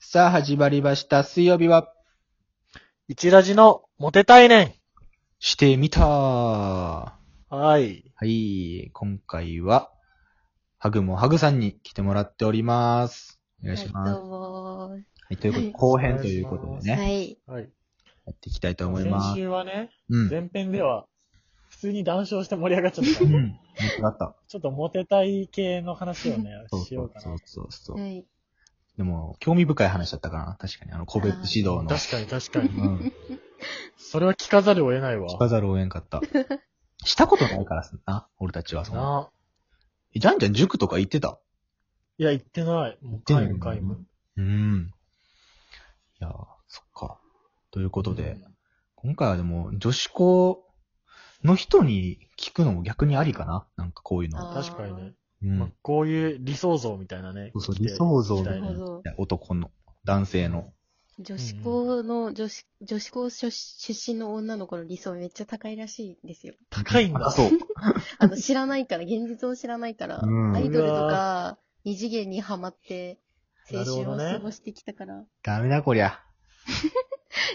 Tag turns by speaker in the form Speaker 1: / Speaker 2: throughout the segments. Speaker 1: さあ、始まりました。水曜日は、
Speaker 2: 一ラジのモテたいね
Speaker 1: してみたは
Speaker 2: ん。はい。
Speaker 1: い、今回は、ハグもハグさんに来てもらっております。お願いします。
Speaker 3: どうも
Speaker 1: はい、ということで、後編ということで
Speaker 3: ー。
Speaker 1: ね、
Speaker 3: はい。
Speaker 2: はい。
Speaker 1: やっていきたいと思いま
Speaker 2: 先
Speaker 1: す。
Speaker 2: 週はね、
Speaker 1: うん。
Speaker 2: 前編では、普通に談笑して盛り上がっちゃった
Speaker 1: う
Speaker 2: んで。
Speaker 1: ん。面白かった。
Speaker 2: ちょっとモテたい系の話をね
Speaker 1: そう、
Speaker 2: し
Speaker 1: そ
Speaker 2: よう
Speaker 1: う
Speaker 2: か
Speaker 1: そうそうそう。
Speaker 3: はい。
Speaker 1: でも、興味深い話だったかな。確かに、あの、個別指導
Speaker 2: な。
Speaker 1: の。
Speaker 2: 確かに確かに。
Speaker 1: うん。
Speaker 2: それは聞かざるを得ない
Speaker 1: 聞か
Speaker 2: わ。
Speaker 1: ざるを得んかった。したことないからさ、な、俺たちはその。
Speaker 2: なあ。
Speaker 1: えじゃんじゃん塾とか行ってた
Speaker 2: いや、言ってない。もう
Speaker 1: てない
Speaker 2: 皆無皆無。
Speaker 1: うん。いやー、そっか。ということで、今回はでも、女子校の人に聞くのも逆にありかななんかこういうの。
Speaker 3: あ
Speaker 2: 確かにね。
Speaker 1: う
Speaker 2: まあ
Speaker 1: ん。
Speaker 2: こういう理想像みたいなね。
Speaker 1: そうそう、
Speaker 2: 来て
Speaker 1: 理想像みたい
Speaker 3: なるほ
Speaker 1: な
Speaker 3: ど。
Speaker 1: 男の、男性の。
Speaker 3: 女子校の、女子、女子校出出身の女の子の理想めっちゃ高いらしいんですよ。
Speaker 2: 高いん
Speaker 1: あ、
Speaker 2: だ。
Speaker 1: そう。
Speaker 3: あの、知らないから、現実を知らないから、
Speaker 1: うん
Speaker 3: アイドルとか、二次元にハマって、青春を過ごしてきたから。
Speaker 1: ダメだこりゃ。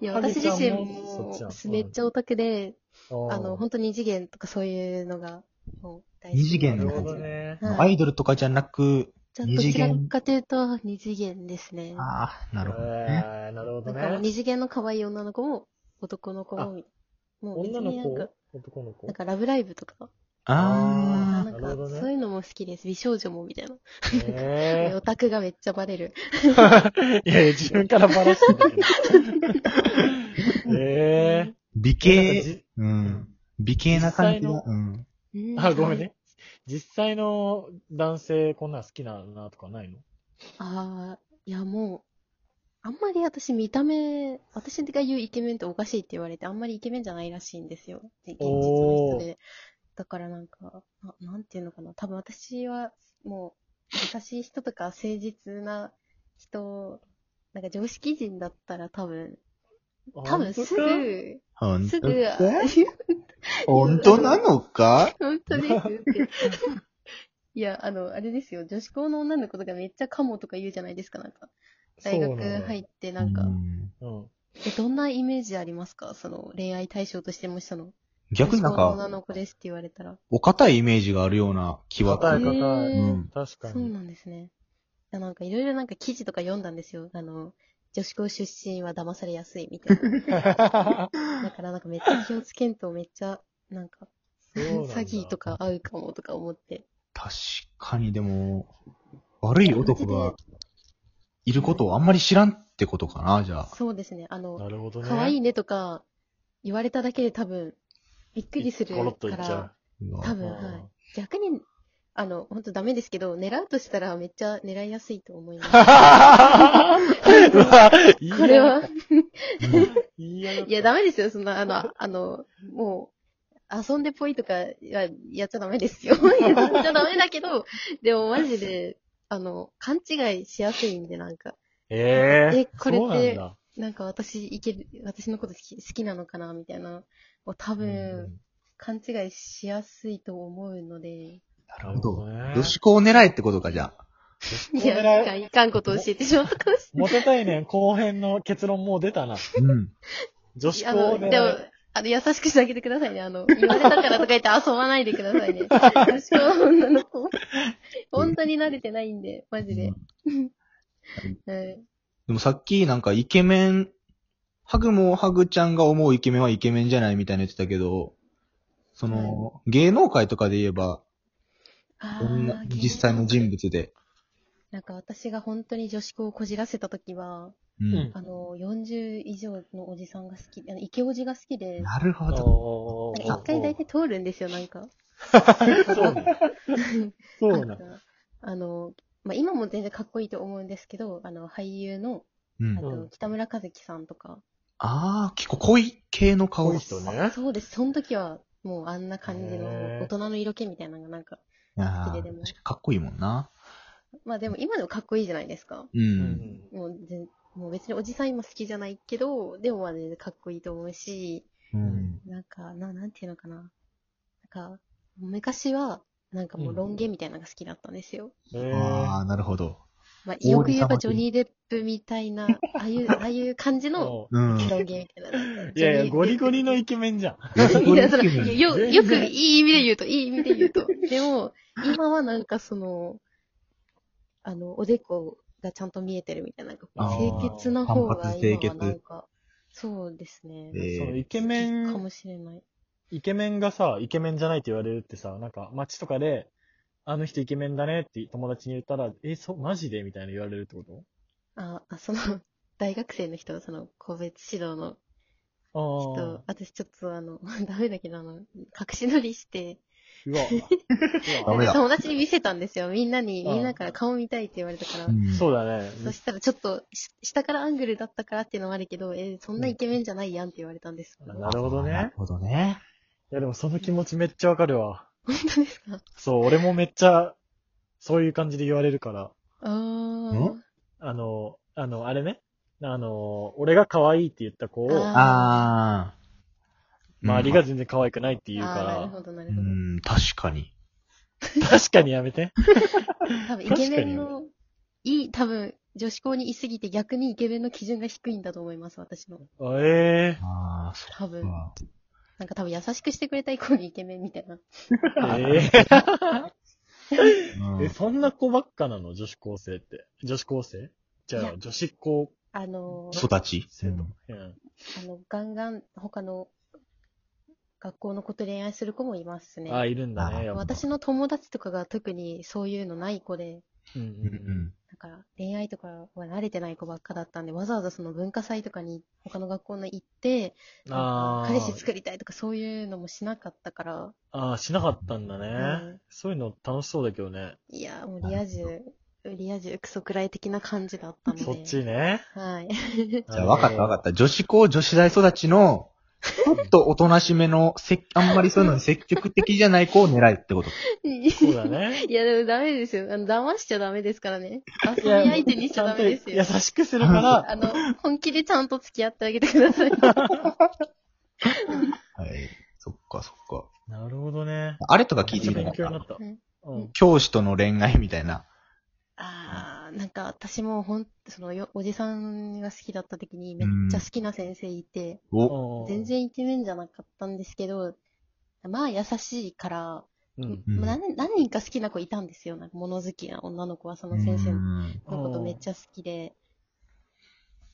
Speaker 3: いや、
Speaker 2: ハグ
Speaker 3: 私
Speaker 2: ちゃん
Speaker 3: 自
Speaker 2: も
Speaker 3: 身
Speaker 2: そっちや
Speaker 3: も
Speaker 2: ん、
Speaker 3: めっちゃオタクで、
Speaker 2: あ
Speaker 3: あの、本当に二次元とかそういうのが、もう大好き。
Speaker 1: 二次
Speaker 2: な
Speaker 1: 元
Speaker 2: る
Speaker 1: の
Speaker 2: ほ
Speaker 1: 方
Speaker 2: ど。ね。
Speaker 3: はい
Speaker 1: アイドルとかじゃなく、
Speaker 3: ちゃん
Speaker 1: 二
Speaker 3: と
Speaker 1: 次
Speaker 3: ちら
Speaker 1: 元
Speaker 3: かというと、二次元ですね。
Speaker 1: ああ、なるほどね。
Speaker 2: えーなるほど
Speaker 3: なんかもう
Speaker 2: ね。
Speaker 3: 二次元の可愛い女の子も、男の子も、もう別
Speaker 2: 女の
Speaker 3: になんか
Speaker 2: 子、男の子
Speaker 3: なん。かラブライブとか、な
Speaker 1: あ
Speaker 2: ーな
Speaker 3: んか
Speaker 2: るほどね
Speaker 3: そういうのも好きです。美少女もみたいな。
Speaker 2: え
Speaker 3: オタクがめっちゃバレる。
Speaker 2: えいやいや、自分からバラしてん だけど。ええ
Speaker 3: え
Speaker 1: 美
Speaker 2: なんか
Speaker 1: 形。
Speaker 2: じ
Speaker 1: うん。美形な感じ
Speaker 2: 実
Speaker 1: の。
Speaker 2: 際
Speaker 1: うん。
Speaker 2: あ、ごめんね。。実際の男性こんなん好きななとかないの
Speaker 3: ああ、いやもう、あんまり私見た目、私が言うイケメンっておかしいって言われて、あんまりイケメンじゃないらしいんですよ。現実の人で。だからなんか、ななんていうのかな。多分私は、もう、優しい人とか誠実な人、なんか常識人だったら多分、多分すぐ、
Speaker 1: ほん
Speaker 3: す
Speaker 1: と
Speaker 3: ぐ、
Speaker 1: か本当なのか
Speaker 3: 本当ですって。いや、あの、あれですよ。女子校の女の子とかめっちゃカモとか言うじゃないですか、なんか。大学入
Speaker 2: っ
Speaker 3: ってなんか
Speaker 1: う、ん
Speaker 2: うん。
Speaker 3: えどんなイメージありますかその恋愛対象としてもしたの。
Speaker 1: 逆になん
Speaker 3: 女
Speaker 1: か、
Speaker 3: 子校の女の子ですって言われたら。
Speaker 1: お堅いイメージがあるような気は。
Speaker 2: 硬い硬い
Speaker 3: へー
Speaker 1: うん
Speaker 2: 確か
Speaker 3: そう
Speaker 2: に。
Speaker 3: なんですね。いやなんかいろいろなんか記事とか読んだんですよ。あの、女子校出身は騙されやすいみたい な。だからなんかめっちゃ気をつけんとめっちゃ、なんか、
Speaker 2: そうなんだ
Speaker 3: 詐欺とか合うかもとか思って。
Speaker 1: 確かにでも、悪い男がいることをあんまり知らんってことかな、じゃあ。
Speaker 3: そうですね。あの、
Speaker 2: なるほどね。
Speaker 3: 可愛いねとか言われただけで多分、びっくりする
Speaker 2: コロッと
Speaker 3: か
Speaker 2: いっちゃ
Speaker 3: ら、多
Speaker 2: う。
Speaker 3: 分、
Speaker 2: う
Speaker 3: はい
Speaker 2: ん。
Speaker 3: 逆に、あの、本当ダメですけど、狙うとしたらめっちゃ狙いやすいと思いま す。
Speaker 2: うわ言いやがった
Speaker 3: これは、
Speaker 2: 言いやがった
Speaker 3: いや、ダメですよ、そんな、あ の、あの、もう、遊んでぽいとか、いや、やっちゃダメですよ。 やっちゃダメだけど、でもマジで、あの、勘違いしやすいんで、なんか、
Speaker 2: ええ
Speaker 3: えこれって
Speaker 2: そうなんだ
Speaker 3: なんか私、いける、私のこと好き好きなのかな、みたいな、もう多分、勘違いしやすいと思うので、
Speaker 1: なるほど
Speaker 2: なるほどね。
Speaker 1: 女子校狙いってことか、じゃあ。
Speaker 3: い
Speaker 2: これ
Speaker 3: や、いかん、いかんことを教えてしまったかもしれない。
Speaker 2: モテたいねん後編の結論もう出たな。
Speaker 1: うん。
Speaker 2: 女子
Speaker 3: あ
Speaker 2: 校
Speaker 3: の、でも
Speaker 2: で。、
Speaker 3: あの、優しくしてあげてくださいね。あの、言われたからとか言って遊ばないでくださいね。私は女の子。本当に慣れてないんで、マジで。はい。
Speaker 1: でもさっきなんかイケメン、ハグもハグちゃんが思うイケメンはイケメンじゃないみたいな言ってたけど、その、芸能界とかで言えば、
Speaker 3: あ
Speaker 1: どんな実際の人
Speaker 3: 物。
Speaker 1: 物で。
Speaker 3: なんか私が本当に女子校をこじらせた時は、
Speaker 1: う。
Speaker 2: うんん
Speaker 3: あの、40以上のおじさんが好き、あの、イケおじが好きで、なんか
Speaker 1: なるほど。
Speaker 2: おー
Speaker 3: 一回大体通るんですよ、なんか。
Speaker 2: そうね。そう
Speaker 3: なん
Speaker 2: な
Speaker 3: かあの、まあ、今も全然かっこいいと思うんですけど、あの、俳優の、
Speaker 1: うん
Speaker 3: あ。
Speaker 2: う
Speaker 3: と
Speaker 2: ん
Speaker 3: 北村和樹さんとか、
Speaker 1: ああ、結構濃い系の顔。
Speaker 2: 多い人ね。
Speaker 3: そうです。その時は、もうあんな感じ
Speaker 2: へ
Speaker 3: の
Speaker 2: ー
Speaker 3: 大人の色気みたいなのがなんか、
Speaker 1: あ
Speaker 3: 好
Speaker 1: ー
Speaker 3: きででも
Speaker 1: 確かかっこいいもんな。
Speaker 3: まあでも今でもかっこいいじゃないですか。
Speaker 1: う。
Speaker 2: うんん。
Speaker 3: もう全もう別におじさん今好きじゃないけど、でもまあ全然かっこいいと思うし、
Speaker 1: うん。
Speaker 3: なんか、ななんていうのかな。なんか、昔は、なんかもうロン毛みたいなのが好きだったんですよ。
Speaker 2: えー
Speaker 1: ああ、なるほど。
Speaker 3: まあ、よく言えばジョニー・デップみたいな、ああいう、ああいう感じの
Speaker 2: おう
Speaker 1: うん。
Speaker 3: 表現みたいな。
Speaker 2: いやいや、ゴリゴリのイケメンじゃん。
Speaker 3: いや、それ、よ、
Speaker 2: 全然
Speaker 3: よくいい意味で言うと、いい意味で言うと。でも、今はなんかその、あの、おでこがちゃんと見えてるみたいな、
Speaker 1: あ
Speaker 2: ー
Speaker 3: 清潔な方が
Speaker 1: 反発清
Speaker 3: 今
Speaker 1: 潔
Speaker 3: はなんか、そうですね。
Speaker 1: えー
Speaker 2: そのイケメ
Speaker 3: いいか
Speaker 2: ン
Speaker 3: も、しれない。
Speaker 2: イケメンがさ、イケメンじゃないって言われるってさ、なんか街とかで、あの人イケメンだねって友達に言ったら、え、そう、マジでみたいな言われるってこと
Speaker 3: あ、あその、大学生の人、その、個別指導の人
Speaker 2: ああ。、
Speaker 3: 私ちょっとあの、 ダメだけど、あの、隠し撮りして、
Speaker 2: うわ。う
Speaker 1: ダ
Speaker 2: わ
Speaker 1: メだ
Speaker 3: 友達に見せたんですよ。みんなに、
Speaker 2: あー
Speaker 3: みんなから顔見たいって言われたから。
Speaker 2: そうだね。
Speaker 3: そしたらちょっとし、下からアングルだったからっていうのもあるけど、えーそんなイケメンじゃないやんって言われたんですけど。
Speaker 2: あ
Speaker 3: 本
Speaker 2: なるほどね
Speaker 1: なるほどね。
Speaker 2: いやでもその気持ちめっちゃわかるわ。
Speaker 3: 当ですか
Speaker 2: そう、俺もめっちゃ、そういう感じで言われるから。
Speaker 3: あー
Speaker 2: あの、あの、あれね。あの、俺が可愛いって言った子を、
Speaker 3: あ
Speaker 1: ああ。
Speaker 2: 周りが全然可愛くないって言う
Speaker 3: あー、なる
Speaker 2: か
Speaker 3: ほど、な
Speaker 1: う
Speaker 3: るほど。
Speaker 1: ん、確かに。
Speaker 2: ら、確かにやめ て。
Speaker 3: 多分イケメンの、いい、多分、女子校にいすぎて逆にイケメンの基準が低いんだと思います、私の。
Speaker 2: あえ
Speaker 1: ああ、そ
Speaker 3: 多分
Speaker 1: う。か。
Speaker 3: なんか多分優しくしてくれた以降にイケメンみたいな。
Speaker 2: ええ
Speaker 1: う
Speaker 2: え、
Speaker 1: ん
Speaker 2: そんな子ばっかなの女子高生って。女子高生じ
Speaker 3: い
Speaker 2: ゃ
Speaker 3: や
Speaker 2: あ、女子高
Speaker 3: あのー、
Speaker 1: 育ち。
Speaker 2: 生徒。うん。
Speaker 3: あの、ガンガン他の学校の子と恋愛する子もいますね。
Speaker 2: あ、いるんだ
Speaker 1: あ
Speaker 2: ね、やっぱ。
Speaker 3: 私の友達とかが特にそういうのない子で、
Speaker 2: うん
Speaker 1: うんう
Speaker 2: うん
Speaker 1: ん。
Speaker 3: だから恋愛とかは慣れてない子ばっかだったんで、わざわざその文化祭とかに他の学校に行って、
Speaker 2: うん。
Speaker 3: なん
Speaker 2: ああ。
Speaker 3: か彼氏作りたいとかそういうのもしなかったから、
Speaker 2: ああ、しなかったんだね。
Speaker 3: うん
Speaker 2: そういうの楽しそうだけどね。
Speaker 3: いや、もうリア充、リア充クソくらい的な感じだったので。
Speaker 2: そっちね。
Speaker 3: はい。
Speaker 1: じゃあ、わかったわか
Speaker 2: っ
Speaker 1: った。女子校、女子大育ちの、ちょっとおとなしめの、せあんまりそういうのに積極的じゃない子を狙いってこと。
Speaker 2: そうだね。
Speaker 3: いや、でもダメですよ。あの、騙しちゃダメですからね。遊び
Speaker 2: いや
Speaker 3: 相手にしちゃダメです
Speaker 2: ちゃ
Speaker 3: よ
Speaker 2: ん。と優しくするから、
Speaker 3: あの、本気でちゃんと付き合ってあげてください。
Speaker 1: はい。そっかそっか。
Speaker 2: なるほどね。
Speaker 1: あれとか聞
Speaker 2: め
Speaker 1: い
Speaker 2: ってち
Speaker 1: みたかっ
Speaker 2: ゃ勉強にな
Speaker 1: た。
Speaker 2: った。
Speaker 3: うん
Speaker 2: うん。
Speaker 1: 教師との恋愛みたいな。
Speaker 3: ああ、なんか私もほん、そのよ、おじさんが好きだった時にめっちゃ好きな先生いて、
Speaker 1: お、
Speaker 3: 全、然イケメンじゃなかったんですけど、まあ優しいから、
Speaker 2: うん。
Speaker 1: うん
Speaker 3: 何何人か好きな子いたんですよ。なんか物好きな女の子はその先生
Speaker 1: う
Speaker 3: の
Speaker 1: ん
Speaker 3: ことめっちゃ好きで。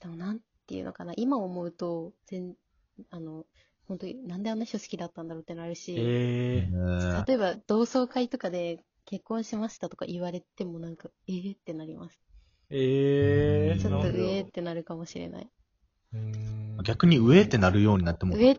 Speaker 3: でもなんていうのかな、今思うと、全、あの、本当になんであんな人好きだったんだろうってなるし、
Speaker 2: ええ
Speaker 1: ね
Speaker 3: 例えば同窓会とかで結婚しましたとか言われてもなんか、ええってなります。
Speaker 2: ええ
Speaker 1: うん
Speaker 3: ちょっ
Speaker 1: な
Speaker 3: と
Speaker 1: る
Speaker 3: 上ってなるかもしれない。
Speaker 2: うん
Speaker 1: 逆に上ってなるようになっても。
Speaker 3: 上、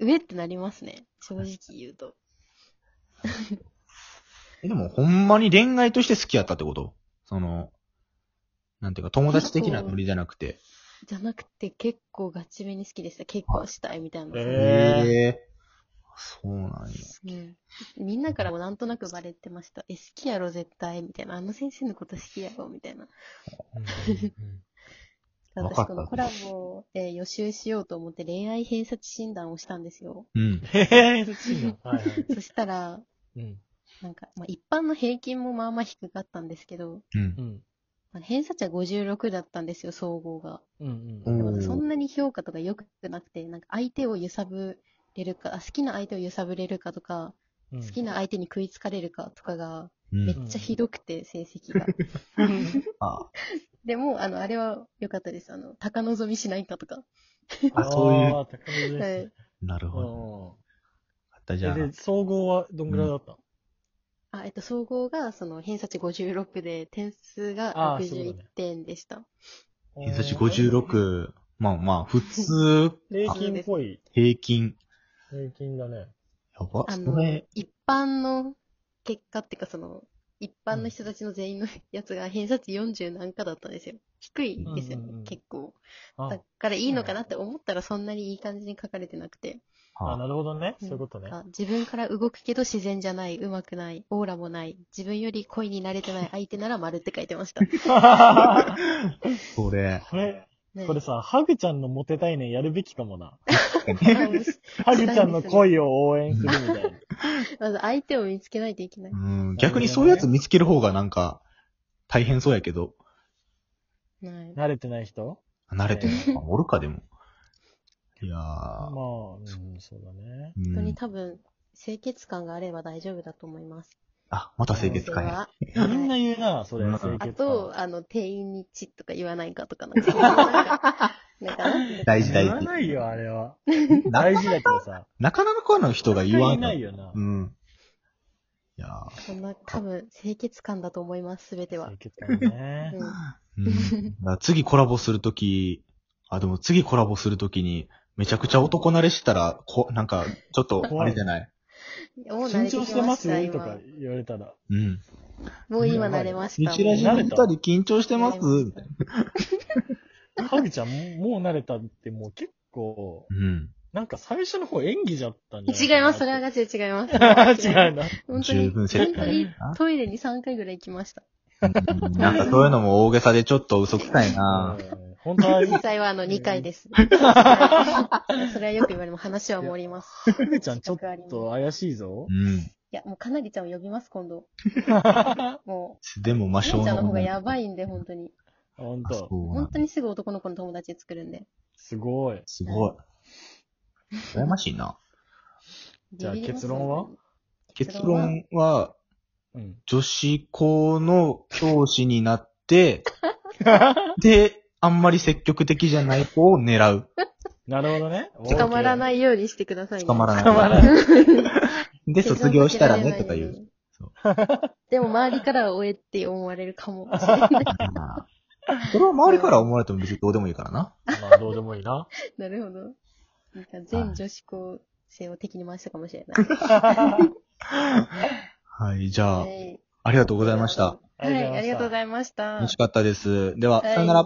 Speaker 3: 上ってなりますね。正直言うと。
Speaker 1: えでも、ほんまに恋愛として好きやったってことその、なんていうか、友達的なノリじゃなくて。
Speaker 3: じゃなくて結構ガチめに好きでした。結婚したいみたいな。
Speaker 2: え
Speaker 3: う
Speaker 2: へー
Speaker 1: えそうなんや。
Speaker 3: ん、みんなからもなんとなくバレてました。え、好きやろ絶対みたいな。あの先生のこと好きやろみたいな。
Speaker 1: わかった
Speaker 3: 私このコラボで予習しようと思って恋愛偏差値診断をしたんですよ。
Speaker 1: うん。
Speaker 2: へ え、そっちいいな。はいはい。
Speaker 3: そしたら、
Speaker 2: うん。
Speaker 3: なんか、まあ、一般の平均もまあまあ低かったんですけど、
Speaker 1: うん
Speaker 2: う。ん。
Speaker 3: まあ偏差値は56だったんですよ、総合が。
Speaker 2: うん。
Speaker 1: うん
Speaker 3: でもそんなに評価とか良くなくて、なんか相手を揺さぶれるか、あ好きな相手を揺さぶれるかとか、
Speaker 2: うん。
Speaker 3: 好きな相手に食いつかれるかとかが、
Speaker 1: う
Speaker 3: め
Speaker 1: ん。
Speaker 3: っちゃひどくて、成績 が。
Speaker 1: あ
Speaker 3: でも、あの、あれは良かったです。あの、高望みしないかとか。
Speaker 1: あそういう
Speaker 2: あー。高め
Speaker 3: は
Speaker 2: です
Speaker 3: い
Speaker 2: ね。
Speaker 1: なるほど。よ
Speaker 2: うん
Speaker 1: かった、じゃあ。
Speaker 2: えで、総合はどんぐらいだったの
Speaker 3: あ、えっと、総合が、その、偏差値56で、点数
Speaker 2: あ
Speaker 3: が
Speaker 2: ーそういうこ
Speaker 3: 61
Speaker 2: とね
Speaker 3: 点でした。
Speaker 1: 偏差値。56、まあまあ、普通、
Speaker 2: 平均っぽい。
Speaker 1: 平均。
Speaker 2: 平均だね。
Speaker 1: やば、
Speaker 3: あ
Speaker 1: そ
Speaker 3: の
Speaker 1: れ、、
Speaker 3: 一般の結果っていうか、その、一般の人たちの全員のやつが偏差値40なんかだったんですよ。低いですよ
Speaker 2: うんうんうん
Speaker 3: ね、結構。
Speaker 2: あ
Speaker 3: だからいいのかなって思ったらそんなにいい感じに書かれてなくて。
Speaker 2: あ、
Speaker 1: あ
Speaker 2: なるほどね。そういうことね。
Speaker 3: あ自分から動くけど自然じゃない、うまくない、オーラもない、自分より恋に慣れてない相手なら丸って書いて ました。
Speaker 1: それ、
Speaker 2: これ、
Speaker 3: ね
Speaker 2: これさ、ハグちゃんのモテたいねやるべきかも な。
Speaker 3: あもし
Speaker 2: ハグちゃんの恋を応援するみたいな。
Speaker 3: まず相手を見つけないといけない。
Speaker 1: うん、逆にそういうやつ見つける方がなんか、大変そうやけど、
Speaker 3: ない。
Speaker 2: 慣れてない人
Speaker 1: 慣れてるのか、おるかでも。いやー、
Speaker 2: まあ、う
Speaker 1: ま
Speaker 2: ん、そうだね。
Speaker 1: う
Speaker 3: 本当に
Speaker 1: ん、
Speaker 3: 多分、清潔感があれば大丈夫だと思います。
Speaker 1: あ、また清潔感
Speaker 3: 男性
Speaker 1: や。
Speaker 3: は
Speaker 2: みんな言うな、それ、
Speaker 1: うん
Speaker 2: 清潔感
Speaker 3: あと、あの、店員にチッとか言わないかとかの 違いなんか。なんかな
Speaker 1: 大事大
Speaker 2: 言
Speaker 1: 事
Speaker 2: わ。ないよ、あれ は。
Speaker 1: な
Speaker 2: 大事だけどさ。
Speaker 1: なかなかの人が言わん
Speaker 2: ないよな
Speaker 1: う。ん。いやー
Speaker 3: そんな、多分、清潔感だと思います、すべては。
Speaker 2: 清潔感ね
Speaker 3: う。
Speaker 1: う
Speaker 3: ん
Speaker 1: ん、だから次コラボするとき、あ、でも次コラボするときに、めちゃくちゃ男慣れしたら、こ、なんか、ちょっと、あれじゃない。
Speaker 3: もう慣
Speaker 2: 緊
Speaker 3: れて
Speaker 2: 張
Speaker 3: きま
Speaker 2: してます
Speaker 3: た
Speaker 2: と
Speaker 3: 今
Speaker 2: か言われたら。
Speaker 1: うん。
Speaker 3: もう今慣れました。
Speaker 1: 日ラジ
Speaker 2: 慣
Speaker 1: の
Speaker 2: れ
Speaker 1: 二
Speaker 2: た
Speaker 1: 人緊張してますみたいな
Speaker 2: ハグちゃん、もう慣れたってもう結構、
Speaker 1: うん。
Speaker 2: なんか最初の方演技じゃったんじゃない
Speaker 3: 違います、それは
Speaker 2: が。
Speaker 3: ガチで違います。
Speaker 2: 違うな。
Speaker 3: 本当
Speaker 1: 十
Speaker 3: に、
Speaker 1: 分
Speaker 3: 本
Speaker 1: 接
Speaker 3: 当
Speaker 1: 待
Speaker 3: に
Speaker 1: だな
Speaker 3: トイレに3回ぐらい行きました。
Speaker 1: うんなんかそういうのも大げさでちょっと嘘くさいな
Speaker 2: うん本当は、
Speaker 3: 実際はあの2 回です。それはよく言われも話は盛ります。
Speaker 2: ハグちゃんちょっと怪しいぞ
Speaker 1: う。ん。
Speaker 3: いや、もうかなりちゃんを呼びます、今度。も
Speaker 1: でも、
Speaker 3: う、
Speaker 1: 魔
Speaker 3: かな
Speaker 1: 性
Speaker 3: り
Speaker 1: の。
Speaker 3: ちゃんの方がやば
Speaker 1: い。
Speaker 3: いんで、本当に。
Speaker 2: 本
Speaker 1: そ
Speaker 2: 当。
Speaker 1: うな
Speaker 3: 本
Speaker 1: ん
Speaker 3: 当
Speaker 1: だ。
Speaker 3: にすぐ男の子の友達作るんで。
Speaker 2: すごい。
Speaker 1: すごい。羨ましいな。
Speaker 2: じゃあ
Speaker 3: ビビります
Speaker 2: 結論は
Speaker 1: 結論は、
Speaker 2: うん。
Speaker 1: 女子校の教師になって、で、あんまり積極的じゃない子を狙う。
Speaker 2: なるほどね。。
Speaker 3: 捕まらないいようにしてくださいね。
Speaker 1: 捕まら
Speaker 3: い。
Speaker 1: ない。
Speaker 2: 捕まらない。
Speaker 1: で、卒業したらね、とか言う。。
Speaker 3: でも周りからは追えって思われるかもしれない。
Speaker 1: まあそれは周りから思われても別にどうでもいいからな。
Speaker 2: まあ、どうでもいい な。
Speaker 3: なるほど。なんか全女子高生を敵に回したかもしれない。
Speaker 1: はい、じゃあ
Speaker 3: は、い
Speaker 1: ありがとうございました。
Speaker 3: はい、ありがとうございました
Speaker 1: 楽し。かったです。では、
Speaker 3: はい
Speaker 1: さよなら。